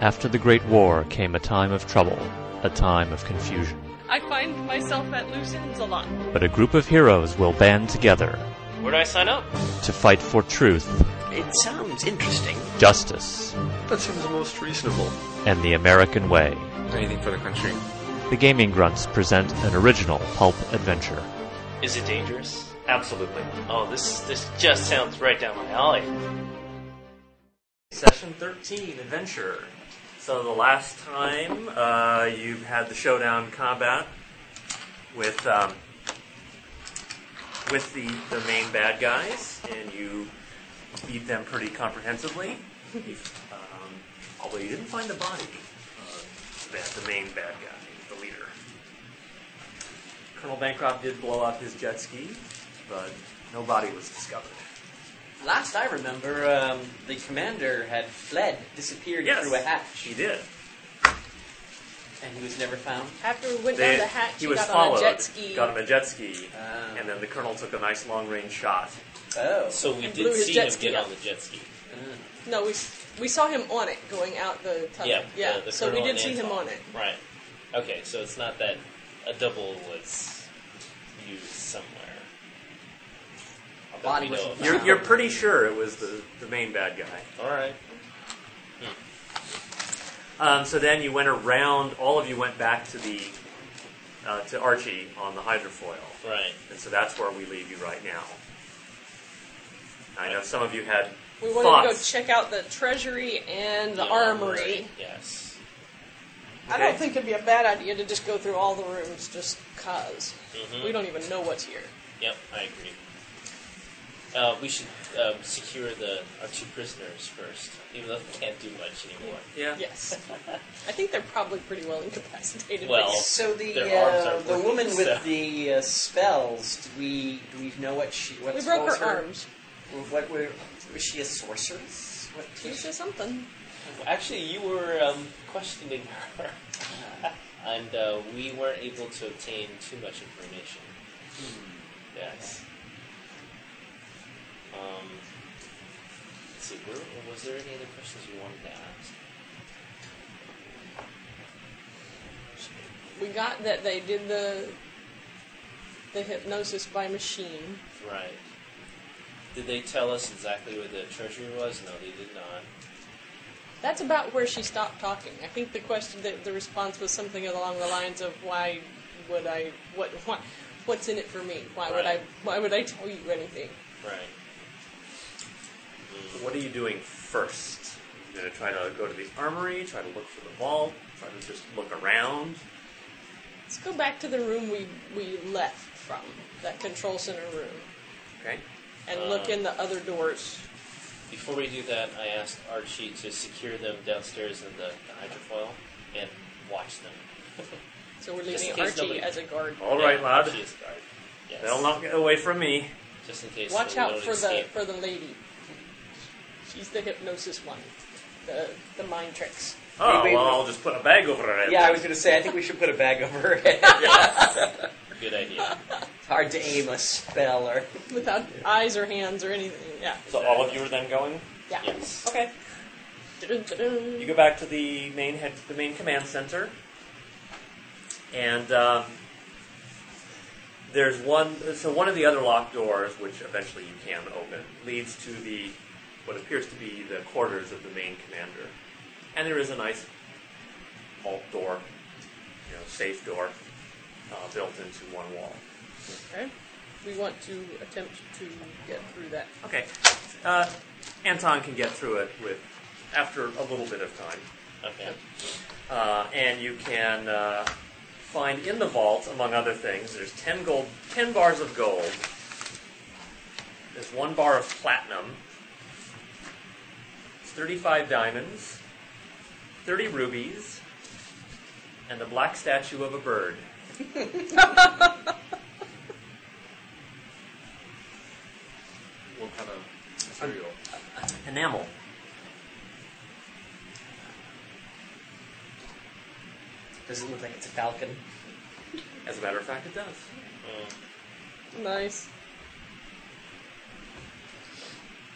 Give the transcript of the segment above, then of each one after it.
After the Great War came a time of trouble, a time of confusion. I find myself at loose ends a lot. But a group of heroes will band together Where do I sign up? to fight for truth, It sounds interesting. justice, That seems the most reasonable. and the American way. Anything for the country. The Gaming Grunts present an original pulp adventure. Is it dangerous? Absolutely. Oh, this this just sounds right down my alley. Session 13, Adventure. So the last time uh, you had the showdown combat with um, with the, the main bad guys, and you beat them pretty comprehensively. You've, um, although you didn't find the body of the, the main bad guy, the leader. Colonel Bancroft did blow up his jet ski, but no body was discovered. Last I remember, um, the commander had fled, disappeared Yes. through a hatch, He did. and he was never found. After we went They- down the hatch, he you was got followed. on a jet ski. Got him a jet ski, Ah. and then the colonel took a nice long range shot. Oh, So we And blew did his see jet him ski get up. on the jet ski. No, we s- we saw him on it going out the tunnel. Yeah, the- the so we Colonel did and see him Anton. on it. Right. Okay, so it's not that a double was used somewhere. a body we was know of. You're, Um, you're pretty sure it was the, the main bad guy. All right. Um, so then you went around. All of you went back to the uh, to Archie on the hydrofoil, Right. and so that's where we leave you right now. I know some of you had We wanted thoughts. to go check out the treasury and the Yeah, armory. Yes. I Okay. don't think it'd be a bad idea to just go through all the rooms just because. Mhm. We don't even know what's here. Yep, I agree. Uh, we should um, secure the our two prisoners first, even though they can't do much anymore. yeah. Yes. I think they're probably pretty well incapacitated. Well, So the Their arms uh, are the working, woman so- with the uh, spells. Do we do we know what she what we broke spells her arms. What were, was she a sorceress? What She's just something. Actually, you were um, questioning her, and uh, we weren't able to obtain too much information. Yes. Um, let's see, were, was there any other questions you wanted to ask? We got that they did the the hypnosis by machine. Right. Did they tell us exactly where the treasury was? No, they did not. That's about where she stopped talking. I think the question, the, the response was something along the lines of, "Why would I? What? Why, what's in it for me? Why would I? Right. Why would I tell you anything?" Right. What are you doing first? You're gonna try to go to the armory, try to look for the vault, try to just look around. Let's go back to the room we we left from that control center room Okay. and Uh. look in the other doors. Before we do that, I asked Archie to secure them downstairs in the, the hydrofoil and watch them. So we're Just in leaving case Archie nobody- Oh, as a guard. All right, Yeah, lad. Archie is guard. Yes. They'll not get away from me. Just in case. Watch they out don't for the escape. for the lady. She's the hypnosis one. The the mind tricks. Oh, Maybe- well, I'll just put a bag over her head. Yeah, I was going to say I think we should put a bag over her head. Good idea. It's hard to aim a spell or Without eyes or hands or anything. Yeah. So all of you are then going? Yeah. yes. Okay. You Dun-dun-dun. go back to the main head, the main command center, and um, there's one. So one of the other locked doors, which eventually you can open, leads to the what appears to be the quarters of the main commander, and there is a nice vault door, you know, safe door uh, built into one wall. Okay. We want to attempt to get through that. Okay, uh, Anton can get through it with after a little bit of time. Okay. uh, and you can uh, find in the vault, among other things, there's ten gold, ten bars of gold. There's one bar of platinum. Thirty-five diamonds, thirty rubies, and the black statue of a bird. What kind of material? Enamel. does it look like it's a falcon? As a matter of fact, it does. Mm. Nice.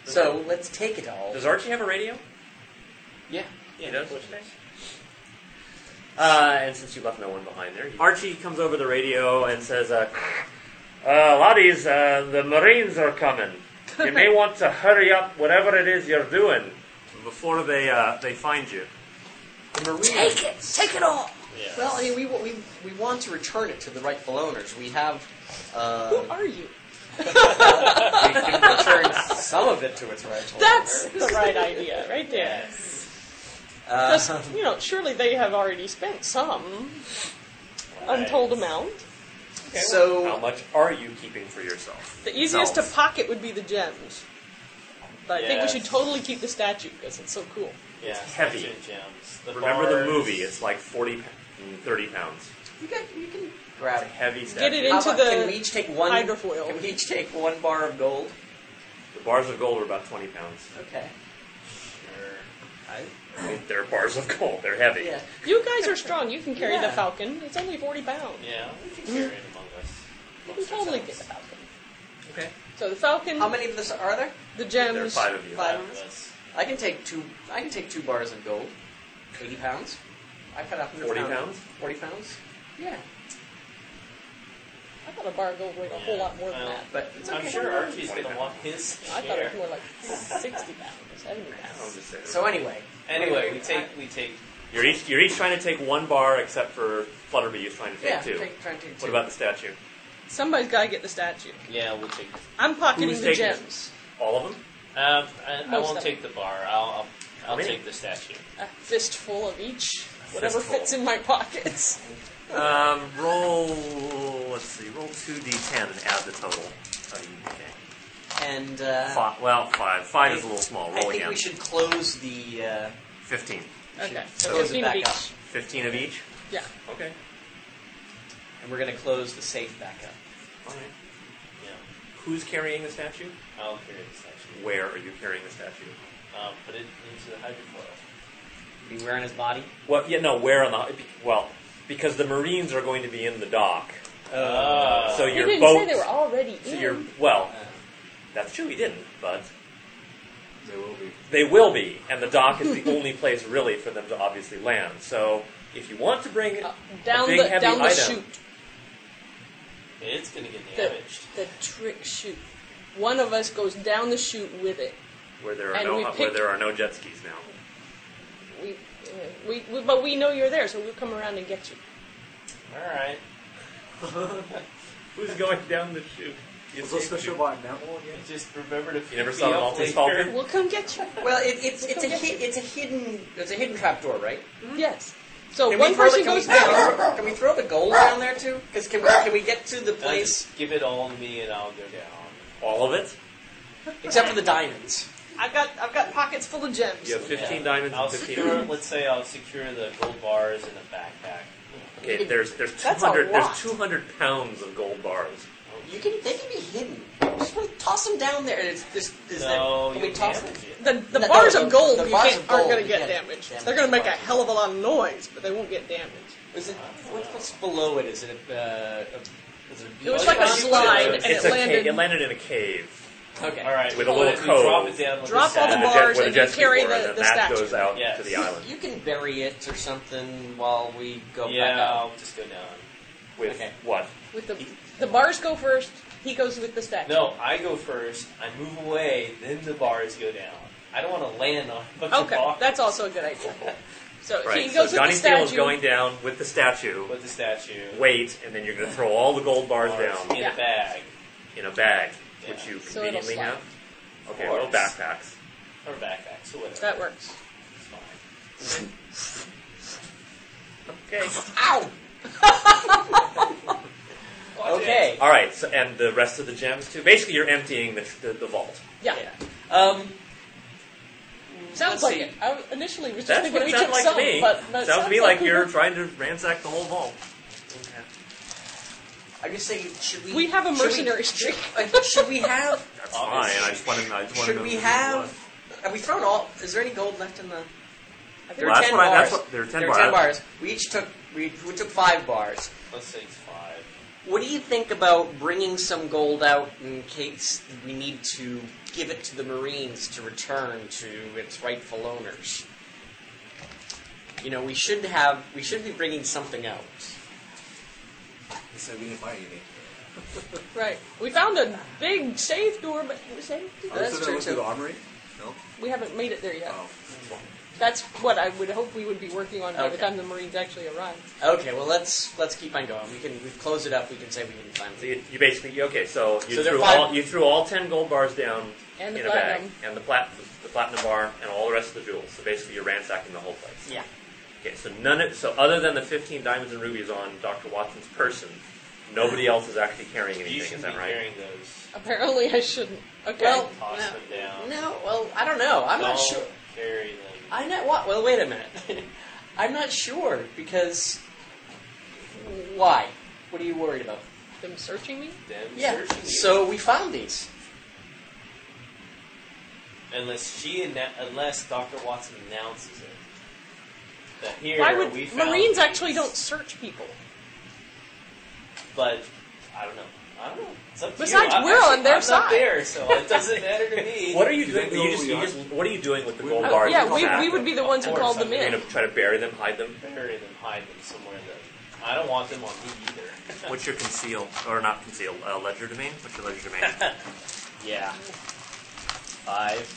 So let's take it all. Does Archie have a radio? Yeah. He Yeah, does? of course it is. Uh, and since you left no one behind there, you- Archie comes over the radio and says, uh, uh, "Laddies, uh, the Marines are coming. You may want to hurry up, whatever it is you're doing, before they uh, they find you." The Marines. Take it! Take it all! Yeah. Well, I mean, we, we, we want to return it to the rightful owners. We have Who uh, are you? returned some of it to its rightful That's owner. the right idea, right there. Uh, Because, you know, surely they have already spent some untold amount. How so, much are you keeping for yourself? The easiest to pocket would be the gems. But I think we should Yes. totally keep the statue because it's so cool. Yeah, heavy. statues and gems. The Remember the bars- movie? It's like 40, pa- 30 pounds. you, got, you can It's grab a heavy statue. Get it How into about- the can we each take one? hydrofoil. Can we each take one bar of gold? The bars of gold are about twenty pounds. Okay. I, I mean, they're bars of gold. They're heavy. yeah. You guys are strong. You can carry the Yeah. falcon. It's only 40 pounds. Yeah, we can carry it among us. You can amongst totally get ourselves. the falcon. Okay. So the falcon, How many of us are there? the There are gems. five of you. Five. Five of us. I can take two. I can take two bars of gold. Eighty pounds. I've had a hundred 40 pound- pounds? Forty pounds. Yeah, I thought a bar of gold weighed a whole lot more than Yeah. that. but it's I'm okay. sure Archie's Twenty going to want his I thought share. it was more like 60 pounds, 70 I'll pounds. just say that. So anyway. Anyway, we take we take You're each you're each trying to take one bar, except for Flutterby is trying to take yeah. two. Take, try and take two. What about the statue? Somebody's got to get the statue. yeah we'll take. I'm pocketing Who's the taking it? gems. All of them? Um, I, I Most won't of take the bar. I'll I'll, I'll Really? take the statue. A fistful of each, whatever fistful. fits in my pockets. Um, roll. Let's see. Roll two d10 and add the total. Oh, you, okay. And uh, Five, well, five. Five is a I- little small. I Roll think again. we should close the. Uh, Fifteen. Okay, so Close 15 it of back each. up. Fifteen of each. Yeah. Okay. and we're gonna close the safe back up. All right. Yeah, Who's carrying the statue? I'll carry the statue. Where are you carrying the statue? Um, put it into the hydrofoil. Be wearing his body. Well, yeah, no. Where on the? Well, because the Marines are going to be in the dock. Uh, so You your didn't boat. say they were already so in. your well, that's true. He didn't, but They will be. They will be, and the dock is the only place really for them to obviously land. So if you want to bring Uh, down a big the heavy down the item, chute, it's going to get the, damaged. the trick chute. One of us goes down the chute with it. where there are And no uh, we where pick- there are no jet skis now. We, uh, we, we, but we know you're there, so we'll come around and get you. All right. Who's going down the chute? You, Was the show by Neville again? Just remember to. you never pick saw me the up Maltese later. Falcon? We'll come get you. Well, it, it's it's a hi- it's a hidden it's a hidden trap door, right? Mm-hmm. Yes. So Can we one throw the- person can we- goes down. Can we, can we throw the gold down there too? Because can we can we get to the Uh, place just give it all to me, and I'll go down. All of it? except for the diamonds? I've got I've got pockets full of gems. You have 15 Yeah. diamonds I'll and 15 secure. Let's say I'll secure the gold bars in a backpack. Okay, there's there's That's a 200 there's lot. 200 pounds of gold bars. You can they can be hidden. Just want to toss them down there. It's just is No, that, you can we toss damage them? it. The, the No, bars no, of the- gold the you bars can't, of aren't gold, going to you get can't damaged. damage They're going to the make a bars of hell of a lot of noise, but they won't get damaged. Is it Uh, what- what's below it? Is it uh, a, is it a It was beach like a house? slide, it's and it a landed. Cave, it landed in a cave. Okay. All right. With a well, little if we Drop cove. it down. With Drop the all the With sack. a bars with a and you jet ski carry board, the- and then the that statue. goes out Yes. to the island You can bury it or something while we go back Yeah, out. I'll just go down. with Okay. what? With the the bars go first. He goes with the statue. No, I go first. I move away. Then the bars go down. I don't want to land on a bunch of Okay, bars that's also a good idea. So Right. he goes so with Johnny the Steele statue. is going down with the statue. with the statue. Wait, and then you're going to throw all the gold bars Bars down in Yeah. a bag in a bag, which Yeah. you So it'll conveniently slide. have. Okay, Of little course. backpacks. or backpack, so whatever. that works. It's fine. Okay. Ow! okay. All right, so, and the rest of the gems too. Basically, you're emptying the, the, the vault. Yeah, Um, sounds Let's like see. it. I initially was just That's thinking what it we sounds took like some, to me. but no, sounds, to me like you're trying to ransack the whole vault. I'm just saying, should we? We have a should we- mercenary streak. uh, should we have? That's Obviously. fine. I just want to. I just want to Should know we who it have? was. Have we thrown all? Is there any gold left in the? There Well, are that's ten what I- bars. that's what- there are 10 Are bars. 10 bars. We each took we, we took five bars. Let's say it's five. What do you think about bringing some gold out in case we need to give it to the Marines to return to its rightful owners? You know, we should have, we should be bringing something out. He said we didn't buy anything. Right. We found a big safe door, but safe? Oh, That's so they true, went to too. the armory? No. we haven't made it there yet. Oh. That's what I would hope we would be working on by the Okay. time the Marines actually arrive. Okay, well let's let's keep on going. We can we've closed it up. We can say we didn't find So it. you, you basically you- okay. So you So they're threw five- all you threw all ten gold bars down And the in a bag, platinum. and the plat the platinum bar, and all the rest of the jewels. So basically, you're ransacking the whole place. Yeah. Okay. So none. Of, so other than the 15 diamonds and rubies on Dr. Watson's person, nobody else is actually carrying anything. You is should be that right? carrying those. Apparently, I shouldn't. Okay. Well, Toss no, them down. no. Well, I don't Um, know. I'm Don't not sure. Carry them. I'm not. What? Well, wait a minute. I'm not sure because why? What are you worried about? them searching me? Them Yeah. searching you. So we found these. unless she anna- unless Doctor Watson announces it. That here Why would we found Marines these, actually don't search people? But I don't know. I don't know. It's up to Besides, you. I- we're I- on their I'm side. Not there, so it doesn't matter to me. What are you Do doing? they You know just, we you are? just, what are you doing with the We- gold Oh, bars? yeah, in the we- sack? we would be the ones who Of course, called them I'm in. Gonna try to bury them, hide them. bury them, hide them somewhere. Though I don't want them on me either. What's your conceal or not conceal uh, ledger domain? What's your ledger domain? yeah. Five.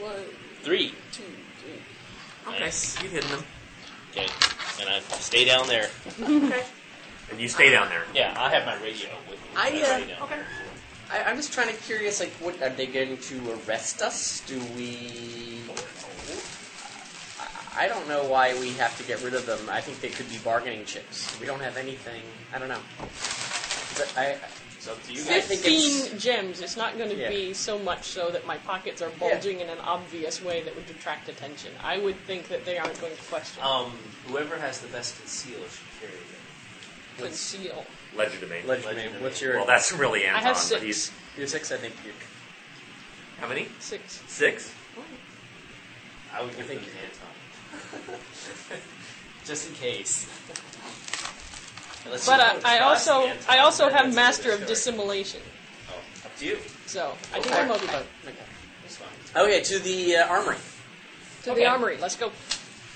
One, Three. two, three. okay, you've hidden them, Okay. And I stay down there. and you stay down there. Yeah, I have my radio with me. I, so stay uh, down there. I, I'm just trying to curious. Like, what are they going to arrest us? Do we? I- I don't know why we have to get rid of them. I think they could be bargaining chips. We don't have anything. I don't know. But I, It's up to you guys. think it's- Fifteen gems. It's not going to Yeah. be so much so that my pockets are bulging in an obvious way that would attract attention. I would think that they aren't going to question. Um, whoever has the best conceal should carry them. Conceal. Ledger domain. Legend, Legend what's of your Well, that's really Anton, I have but six. he's your six? I think you. how many? Six. Six. I would give think them to Anton. Just in case. Unless But you uh, don't I trust also Anton, I also then have that's master another of story. dissimulation, Oh, up to you. so I think Okay. I'm okay. Okay. That's fine. Okay, to the uh, armory. To Okay. the armory. Let's go.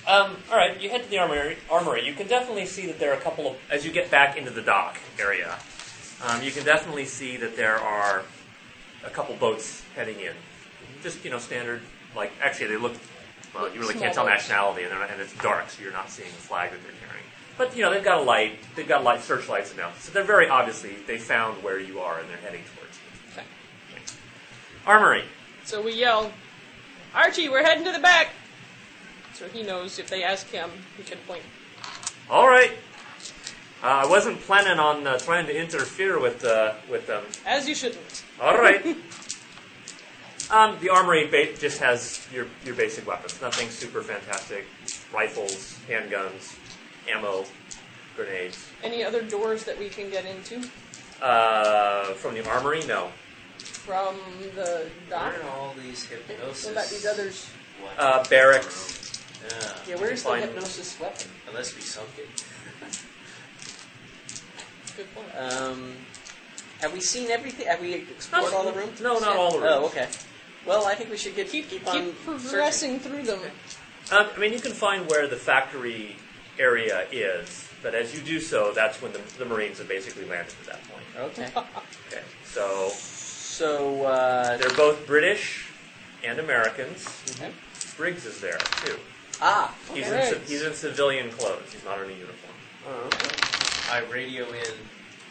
Um, all right, you head to the armory. Armory. You can definitely see that there are a couple of as you get back into the dock area. Um, you can definitely see that there are a couple boats heading in. Just you know, standard. Like actually, they look. Well, you really Small can't tell boats. nationality, and, they're not, and it's dark, so you're not seeing the flag that they're carrying. But you know, they've got a light. They've got light searchlights and now, so they're very obviously they found where you are and they're heading towards you. Okay. Armory. So we yell, Archie, we're heading to the back. So he knows if they ask him, he can point. All right. Uh, I wasn't planning on uh, trying to interfere with uh, with them. As you shouldn't. All right. um, the armory ba- just has your your basic weapons. Nothing super fantastic. Rifles, handguns, ammo, grenades. Any other doors that we can get into Uh, from the armory, no. from the dock? Where are all these hypnosis? Well, that these others. What? Uh, barracks. Yeah, Yeah, where's the Fine. hypnosis weapon? unless we sunk it. Good point. Um, have we seen everything? Have we explored Not all the rooms? No, not all the rooms. Oh, okay. Well, I think we should get keep, on Keep progressing through them. Um, I mean, you can find where the factory area is, but as you do so, that's when the, the Marines have basically landed at that point. searching. Okay. Okay. So So, uh, they're both British and Americans. okay. Briggs is there too. ah, okay. He's in, ci- Briggs. he's in civilian clothes. He's not in a uniform. Oh, okay. I radio in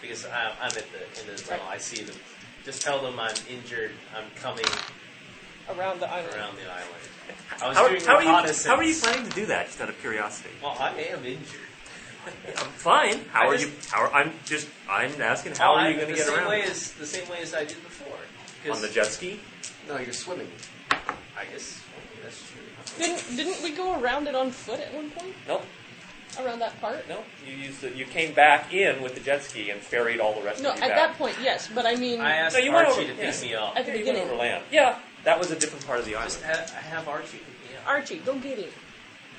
because I, I'm at the end of the tunnel. I see them. Just tell them I'm injured. I'm coming Around the island. around the island. I was How, doing how are you, reconnaissance. how are you planning to do that? Just out of curiosity. Well, I am injured. I'm fine. How I are just- you? How are, I'm just. I'm asking. How Well, are you I'm going to the get same around Way as, the same way as I did before. 'Cause on the jet ski? No, you're swimming. I guess okay, that's true. Didn't didn't we go around it on foot at one point? Nope. Around that part? No. You used. The, you came back in with the jet ski and ferried all the rest No, of at you that back. point, yes. But I mean, I asked No, you went Archie over- to yeah. pick me up. at the yeah, you went beginning. over land. Yeah, that was a different part of the island. Just have, have Archie pick me up. Archie, go get him.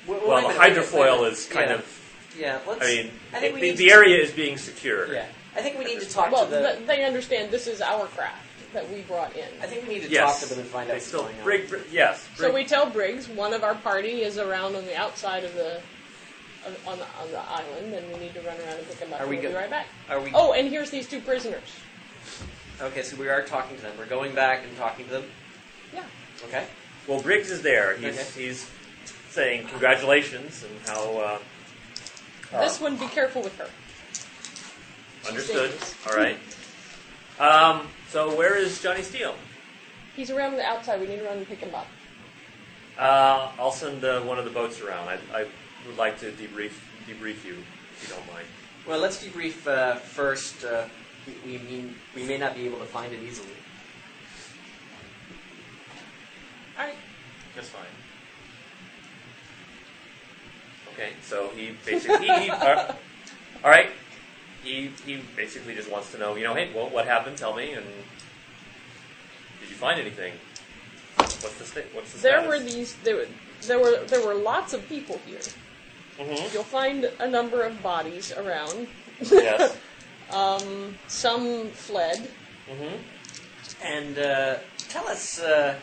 Well, the hydrofoil is kind yeah. of. Yeah, let's. I mean, I think it- we the, need the area is being secured. Yeah. I think we need to talk Well, to the. th- they understand this is our craft that we brought in. I think we need to Yes. talk to them and find out They what's still going on. break. break- Yes. So we break- tell Briggs one of our party is around on the outside of the of- on the, on the island, and we need to run around and pick them up. Are and we we'll be go- right back? Are we? Oh, and here's these two prisoners. Okay, so we are talking to them. We're going back and talking to them. Yeah. Okay. Well, Briggs is there. He's Okay. he's saying congratulations and how uh, uh, This one, be careful with her. understood. dangerous. All right. Um, so where is Johnny Steele? He's around the outside. We need to run and pick him up. Uh, I'll send uh, one of the boats around. I, I would like to debrief debrief you if you don't mind. Well, let's debrief uh, first. Uh, we- we mean we may not be able to find it easily. All right. That's fine. Okay, so he basically he, he- uh, all right. He he basically just wants to know, you know, hey, well, what happened? Tell me, and did you find anything? What's the sta- what's the There were these. There were, there were there were lots of people here. Mm-hmm. hmm You'll find a number of bodies around. yes. Some fled. And uh, tell us, uh,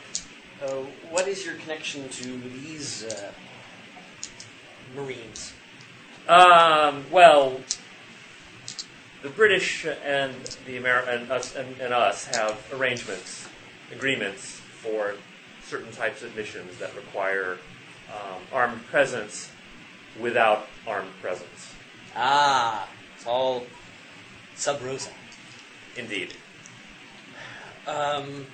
uh, what is your connection to these uh, Marines? Um, well, the British and the Ameri- and us and, and us have arrangements, agreements for certain types of missions that require um, armed presence without armed presence. Ah, it's all sub rosa. Indeed. Um,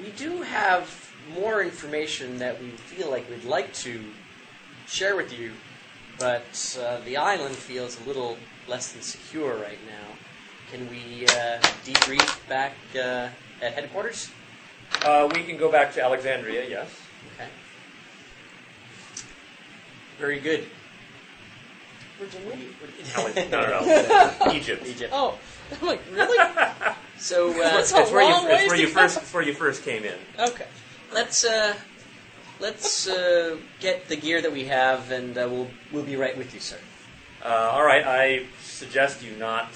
we do have more information that we feel like we'd like to share with you, but uh, the island feels a little less than secure right now. Can we uh, debrief back uh, at headquarters? Uh, we can go back to Alexandria. Yes. Okay. Very good. Virginia. Alex- no, no, no. Egypt. Egypt. Oh, I'm like really? So uh, That's a long It's ways where to you go. first. It's where you first came in. Okay. let's uh, let's uh, get the gear that we have, and uh, we'll we'll be right with you, sir. Uh, all right, I suggest you not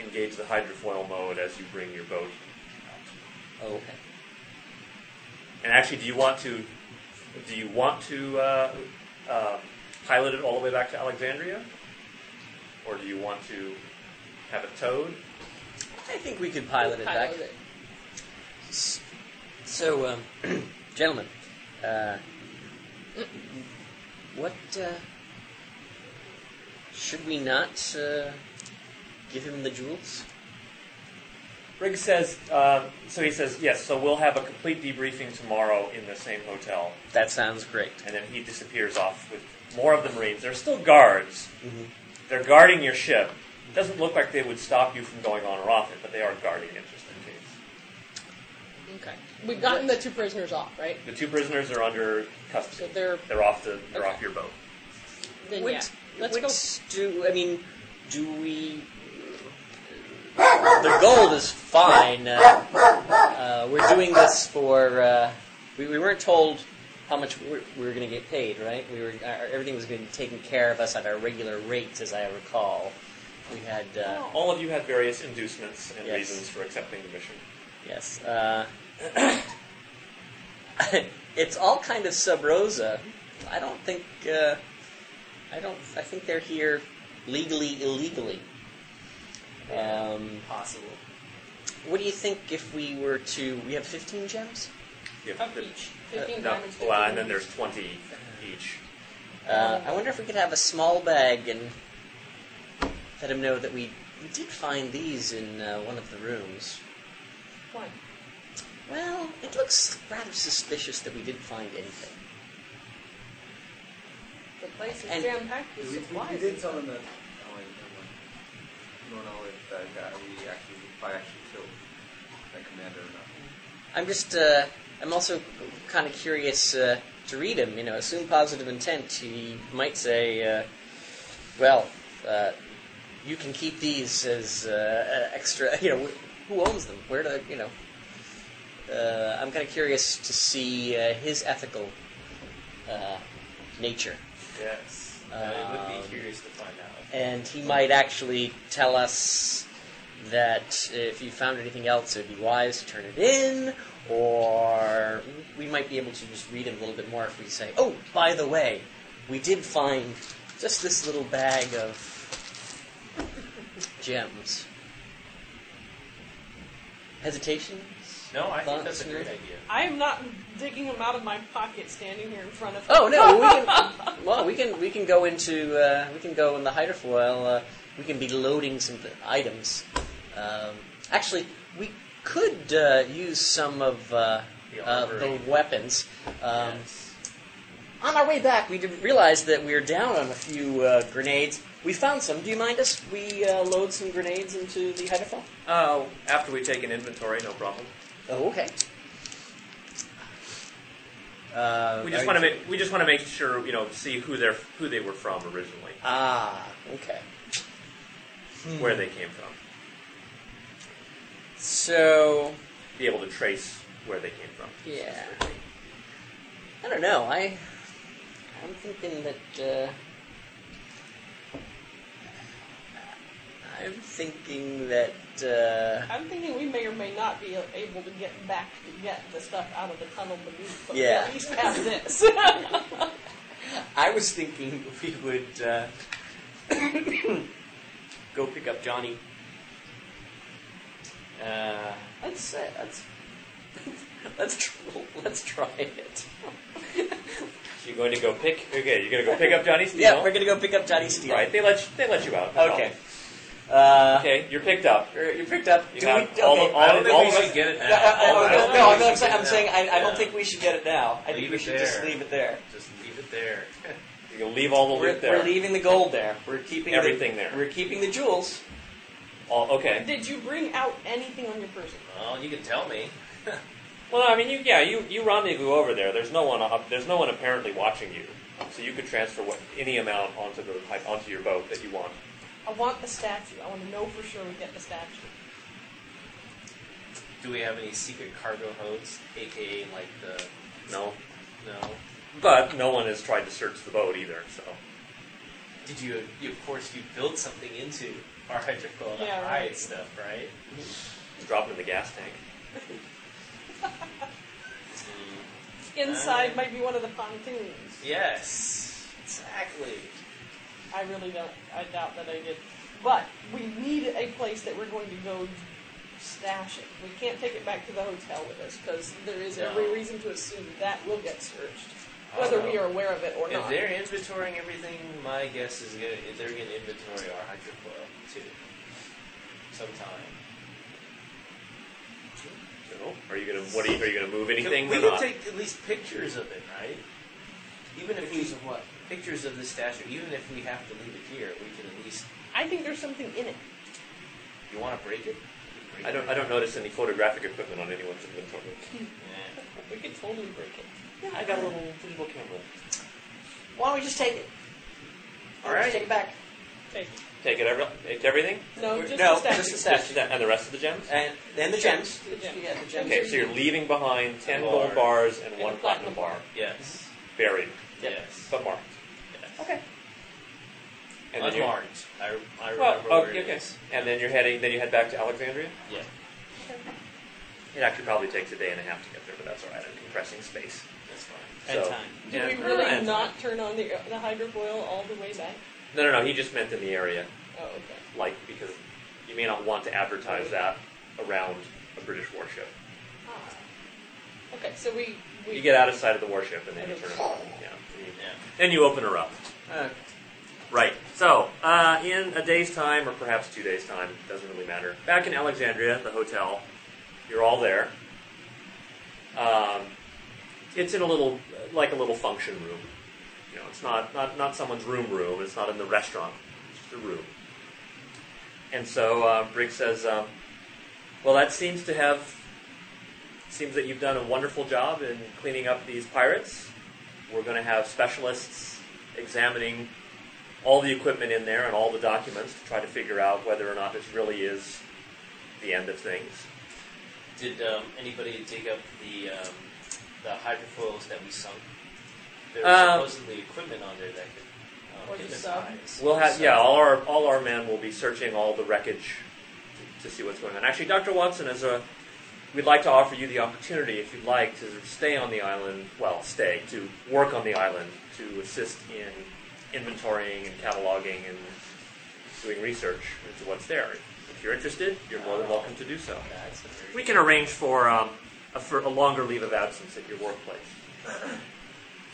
engage the hydrofoil mode as you bring your boat. Oh, okay. And actually, do you want to do you want to uh, uh, pilot it all the way back to Alexandria, or do you want to have it towed? I think we could pilot it back. Pilot it. So, um, gentlemen, uh, what uh, should we not uh, give him the jewels? Briggs says. Uh, so he says yes. So we'll have a complete debriefing tomorrow in the same hotel, That sounds great. and then he disappears off with more of the Marines. They're still guards. They're guarding your ship. Doesn't look like they would stop you from going on or off it, but they are guarding it just in case. Okay. We've gotten the two prisoners off, right? The two prisoners are under So custody. they're They're off the. They're off Okay. your boat. then What, yeah. Let's go. what do I mean? Do we? The gold is fine. Uh, uh, we're doing this for. Uh, we, we weren't told how much we were, we were going to get paid, right? We were our, everything was going to be taken care of us at our regular rates, as I recall. We had uh, All of you had various inducements and Yes. reasons for accepting the mission. yes. Uh, it's all kind of sub rosa. I don't think. Uh, I don't. I think they're here legally, illegally. Um, Possible. What do you think if we were to? We have 15 gems. You have Of the- each. 15 no, diamonds, well, 15 and then there's twenty each. Uh, I wonder if we could have a small bag and let him know that we, we did find these in uh, one of the rooms. Why? Well, it looks rather suspicious that we didn't find anything. The place is And- jam packed We, with we, we supplies. did tell them that. Oh wait, never mind. We don't know if that guy we actually if I actually killed that commander or not. I'm just. Uh, I'm also kind of curious uh, to read him. You know, assume positive intent. He might say, uh, "Well, uh, you can keep these as uh, uh, extra." You know, wh- who owns them? Where do they, you know? Uh, I'm kind of curious to see uh, his ethical uh, nature. Yes. I would Um, be curious to find out. and he might actually tell us that if you found anything else, it would be wise to turn it in, or we might be able to just read him a little bit more if we say, oh, by the way, we did find just this little bag of gems. Hesitation? No, I think Thoughts, that's a great Neil? idea. I am not digging them out of my pocket standing here in front of Oh no, we can, well we can we can go into uh, we can go in the hydrofoil. Uh, we can be loading some th- items. Um, actually, we could uh, use some of uh, The uh, armory. the weapons. Um, Yes. On our way back, we did realize that we were down on a few uh, grenades. We found some. Do you mind us? We uh, load some grenades into the hydrofoil. Oh, after we take an inventory, no problem. Oh, okay. Uh, We are just you- want to make we just want to make sure you know see who they're who they were from originally, Ah, okay. Hmm. where they came from, So be able to trace where they came from. Yeah. I don't know. I I'm thinking that uh, I'm thinking that uh, I'm thinking we may or may not be able to get back to get the stuff out of the tunnel beneath, but Yeah. we at least have this. I was thinking we would uh, go pick up Johnny. Uh, let's uh, let's let's tr- let's try it. You're going to go pick. Okay, you're going to go pick up Johnny Steele. Yeah, we're gonna go pick up Johnny Steele. right. They let you, they let you out. no Okay. problem. Uh, Okay, you're picked up. er, you picked up. You Do have we, all okay. the- all I don't the- think all we of should us- get it now. No, I- I- I don't no, think no, we I'm, should saying, get I'm it saying now. I, I don't Yeah. think we should get it now. I think Leave we it should just there. leave it there. Just leave it there. You can leave all the We're, loot there. we're leaving the gold there. We're keeping Everything the, there. We're keeping the jewels. All, okay. Did you bring out anything on your person? well, you can tell me. Well, I mean, you yeah, you you rendezvous over there. There's no one up, there's no one apparently watching you, so you could transfer what any amount onto the pipe onto your boat that you want. I want the statue. I want to know for sure we get the statue. Do we have any secret cargo holds, aka like the No, no? but no one has tried to search the boat either. So Did you, you of course you built something into our hydrocoil to Yeah, hide right. stuff, right? drop it in the gas tank. Inside might be one of the pontoons. Yes, exactly. I really don't. I doubt that I did. But we need a place that we're going to go stash it. We can't take it back to the hotel with us because there is No. every reason to assume that will get searched, Oh, whether we are aware of it or If not. they're inventorying everything, my guess is gonna, they're going to inventory our hydrocoil too, sometime. So, are you gonna what are you, are you gonna move anything we or could not? take at least pictures of it, right? Even if we what pictures of the statue, even if we have to leave it here, we can at least. I think there's something in it. You want to break it? I don't I don't notice any photographic equipment on anyone's inventory. Yeah. We could totally break it. Yeah, I got a little digital camera. Why don't we just take it? All right. Take it back. Take Take it every, take everything. No, Oh, just no, the statue. just the statue. Just that, and the rest of the gems. And then the gems. Yeah. Yeah, the gems. Okay, so you're leaving behind ten Bar. gold bars and And one a platinum platinum bar, Yes. buried Yes. but marked. Okay. And then you're- Unmarked. I, I Well, remember where Oh, okay, it okay. is. And then you're heading. Then you head back to Alexandria. Yeah. It actually probably takes a day and a half to get there, but that's all right. I'm compressing space. That's fine. So- Did Yeah. we really And- not turn on the, the hydrofoil all the way back? No, no, no. He just meant in the area, Oh, okay. like because you may not want to advertise that around a British warship. Ah. Okay, so we, we You get out of sight of the warship and then you turn it on. Yeah. And you- Yeah. Then you open her up. Right. So, uh, in a day's time, or perhaps two days' time, doesn't really matter. Back in Alexandria, the hotel, you're all there. Um, it's in a little, like a little function room. You know, it's not, not, not someone's room room. It's not in the restaurant. It's just a room. And so uh, Briggs says, um, "Well, that seems to have seems that you've done a wonderful job in cleaning up these pirates. We're going to have specialists examining all the equipment in there and all the documents to try to figure out whether or not this really is the end of things. Did um, anybody dig up the um, the hydrofoils that we sunk? There Um, was supposedly equipment on there that could Or hidden just sub. eyes. We'll have So- yeah, all our all our men will be searching all the wreckage to, to see what's going on. Actually, Doctor Watson is a. We'd like to offer you the opportunity, if you'd like, to stay on the island. Well, stay to work on the island to assist in inventorying and cataloging and doing research into what's there. If you're interested, you're more than welcome to do so. That's a very We can arrange for um, a, for a longer leave of absence at your workplace,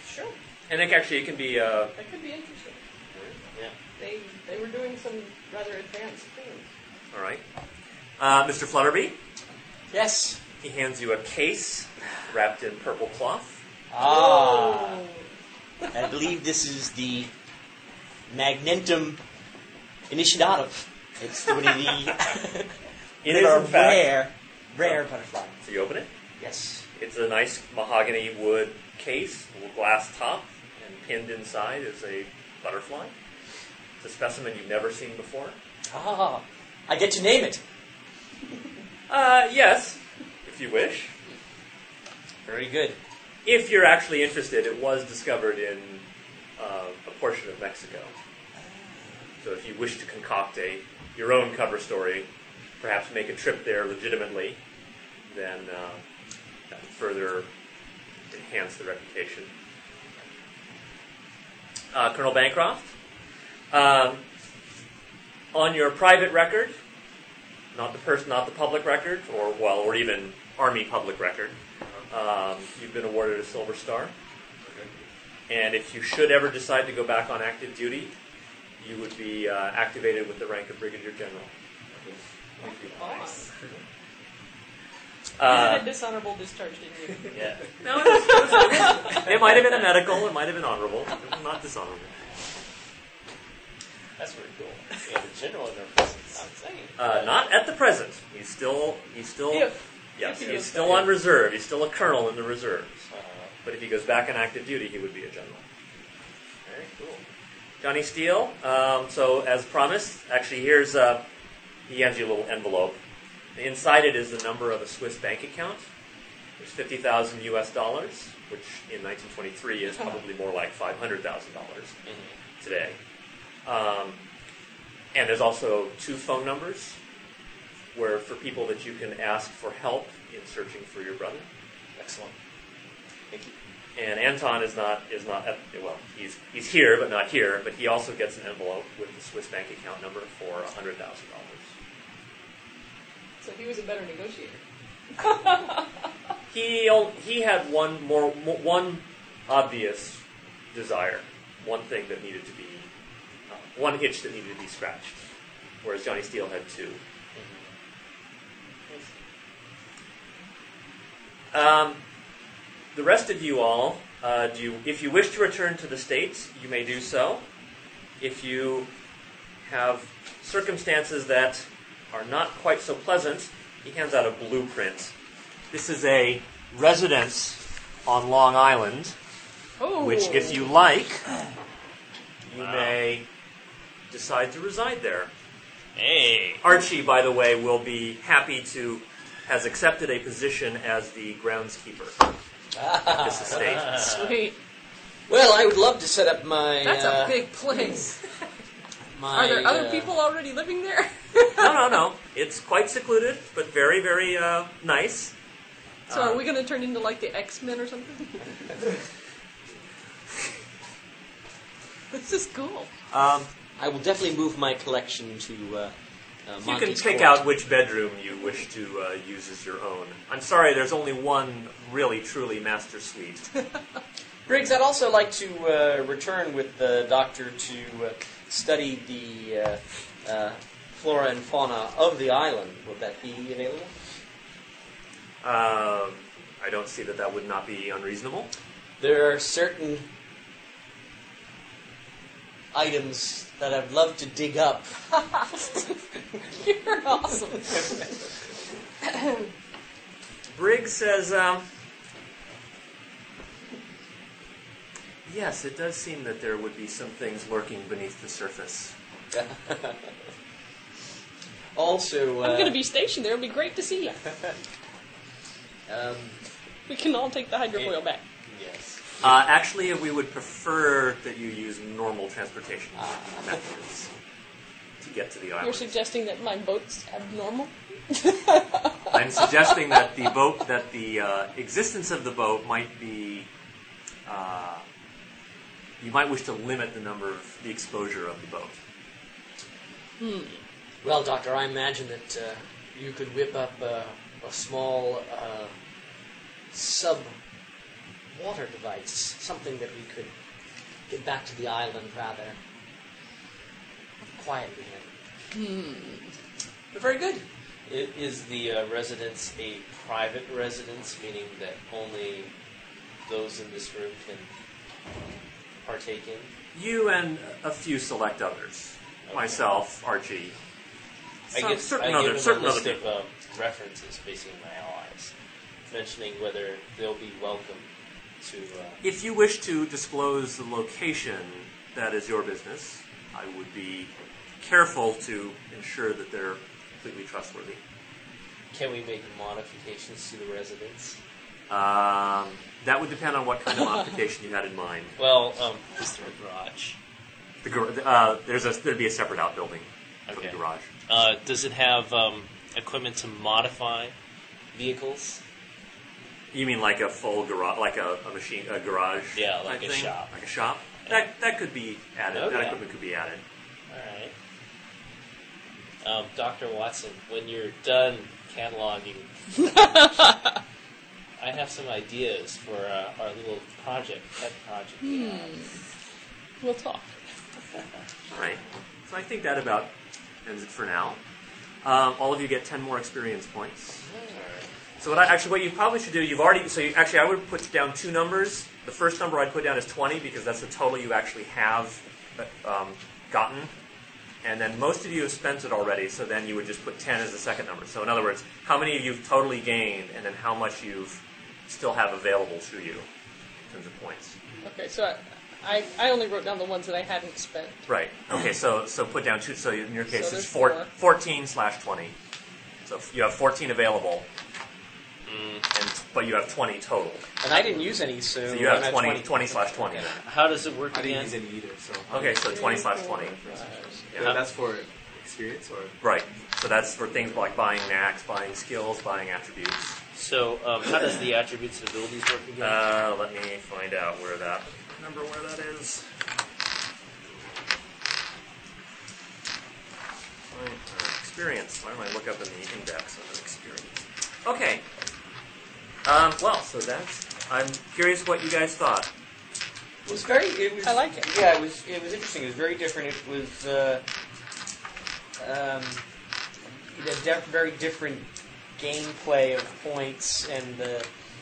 Sure, and it, actually it can be. Uh, that could be interesting. Yeah. They they were doing some rather advanced things. All right. Uh, Mr. Flutterby, Yes. he hands you a case wrapped in purple cloth. Ah. Oh. I believe this is the Magnetum Initiatum. It's one of the It they is, are in fact. rare, rare butterfly. So you open it. Yes. It's a nice mahogany wood case, with glass top, and pinned inside is a butterfly. It's a specimen you've never seen before. Ah, I get to name it. Uh, yes, if you wish. Very good. If you're actually interested, it was discovered in uh, a portion of Mexico. So if you wish to concoct a your own cover story, perhaps make a trip there legitimately, then uh, that would further enhance the reputation. Uh, Colonel Bancroft, um, on your private record, not the person, not the public record, or well, or even Army public record, um, you've been awarded a Silver Star. And if you should ever decide to go back on active duty, you would be uh, activated with the rank of Brigadier General. Nice. you Uh, did a dishonorable discharge, didn't you? Yeah. no, it, was- it might have been a medical, it might have been honorable, it was not dishonorable. That's pretty cool. We have a general in our presence. I'm saying. Uh, not at the present. He's still, he's still, If yes, if he he's goes still back. on reserve. He's still a colonel in the reserves. Uh, But if he goes back on active duty, he would be a general. very cool. Johnny Steele. Um, so, as promised, actually, here's uh, he hands you a little envelope. Inside it is the number of a Swiss bank account. There's fifty thousand U.S. dollars, which in 1923 is probably more like five hundred thousand dollars today. Um, and there's also two phone numbers where for people that you can ask for help in searching for your brother. Excellent. And Anton is not is not at, well. He's he's here, but not here. But he also gets an envelope with the Swiss bank account number for hundred thousand dollars. so he was a better negotiator. He al- he had one more mo- one obvious desire, one thing that needed to be uh, one itch that needed to be scratched, whereas Johnny Steele had two. Um, the rest of you all, uh, do you, if you wish to return to the states, you may do so. If you have circumstances that are not quite so pleasant, he hands out a blueprint. This is a residence on Long Island, Oh. which, if you like, you may decide to reside there. Hey. Archie, by the way, will be happy to has accepted a position as the groundskeeper at this estate. Sweet. Well, I would love to set up my. That's uh, a big place. My, Are there other uh, people already living there? No, no, no. It's quite secluded, but very, very uh, nice. so Uh, are we going to turn into like the X Men or something? this is cool. Um, I will definitely move my collection to. Uh, uh, you can Monty's pick Court. out which bedroom you wish to uh, use as your own. I'm sorry, there's only one really, truly master suite. Briggs, I'd also like to uh, return with the doctor to uh, study the uh, uh, flora and fauna of the island. Would that be available? Um I don't see that that would not be unreasonable. There are certain items that I'd love to dig up. You're awesome. Briggs says, um, Yes, it does seem that there would be some things lurking beneath the surface. also, I'm going to uh, be stationed there. It'll be great to see you. um, Um, We can all take the hydrofoil back. Yes. Uh, actually, we would prefer that you use normal transportation methods to get to the You're island. suggesting that my boat's abnormal? I'm suggesting that the boat, that the uh, existence of the boat might be. Uh, you might wish to limit the number of the exposure of the boat. Well, Doctor, I imagine that uh, you could whip up uh, a small uh, sub water device, something that we could get back to the island rather quietly. Very good. I- Is the uh, residence a private residence, meaning that only those in this room can partake in? You and a few select others. Okay. Myself, Archie. I some- give, certain I other- give him certain a list other of um, references facing my allies, mentioning whether they'll be welcome to. Uh, If you wish to disclose the location, that is your business. I would be careful to ensure that they're completely trustworthy. can we make modifications to the residence? Um, that would depend on what kind of modification you had in mind. Well, um, is there a garage? The, gar- uh, there's a, there'd be a separate outbuilding for Okay. the garage. Uh, does it have um, equipment to modify vehicles? You mean like a full garage, like a, a machine, a garage? Yeah, type like a thing? shop. Oh, Like a shop. That that could be added. That Okay. equipment could be added. Alright. Um, Dr. Watson, when you're done cataloging, I have some ideas for uh, our little project, pet project. we have. We'll talk. All right. So I think that about ends it for now. Um, all of you get ten more experience points. So what I, actually what you probably should do you've already so you, actually I would put down two numbers. The first number I'd put down is twenty because that's the total you actually have um, gotten, and then most of you have spent it already. So then you would just put ten as the second number. So in other words, how many you've totally gained, and then how much you've still have available to you in terms of points. Okay, so I, I, I only wrote down the ones that I hadn't spent. Right. Okay. So so put down two. So in your case, So it's there's four, four. 14 slash twenty. So you have fourteen available, and but you have twenty total. And I didn't use any, so, So you have I'm at 20, 20 slash twenty. How does it work I didn't again? use any either, so. Okay. So twenty slash twenty. Yeah, that's for experience or. Right. So that's for things like buying knacks, buying skills, buying attributes. So, um, how does the attributes and abilities work again? Uh, let me find out where that remember where that is. Find, uh, Experience. Why don't I look up in the index under experience? Okay. Um, well, so that's. I'm curious what you guys thought. It was very. It was. I like it. Yeah, it was. It was interesting. It was very different. It was. Uh, um, a de- very different gameplay of points and the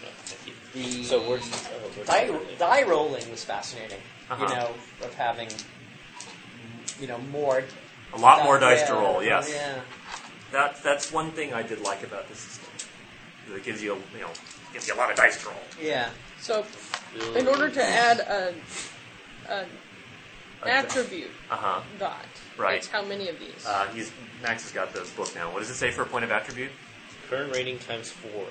No, thank you. the So, where's oh, where's die, really? die rolling was fascinating. Uh-huh. You know, of having you know more. A lot more yeah, dice to roll. Yes. Yeah. That that's one thing I did like about this system. It gives you a, you know gives you a lot of dice to roll. Yeah. So, in order to add a, an attribute Uh Uh-huh. huh. dot, Right. it's how many of these? Uh, he's Max has got this book now. What does it say for a point of attribute? current rating times four.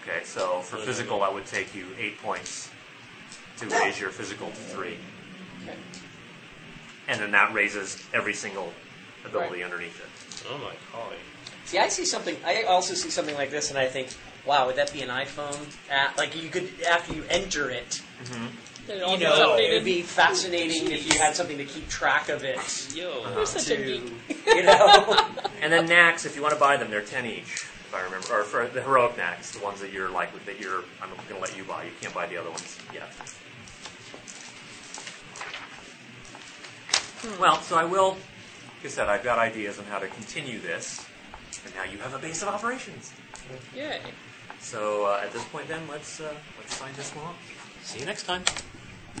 Okay, so for physical, that would take you eight points to raise your physical to three. Okay. And then that raises every single ability Right. underneath it. Oh my golly. See, I see something. I also see something like this, and I think, wow, would that be an iPhone app? Like you could, after you enter it, Then it all you gets know, updated. it would be fascinating if you had something to keep track of it. Yo. You're such a to, geek. you know, And then knacks, if you want to buy them, they're ten each, if I remember. Or for the heroic knacks, the ones that you're like that you're I'm going to let you buy. You can't buy the other ones. Yeah. Hmm, Well, so I will. Like I said, I've got ideas on how to continue this, and now you have a base of operations. Yay. So uh, at this point, then let's uh, let's sign this one off. See you next time.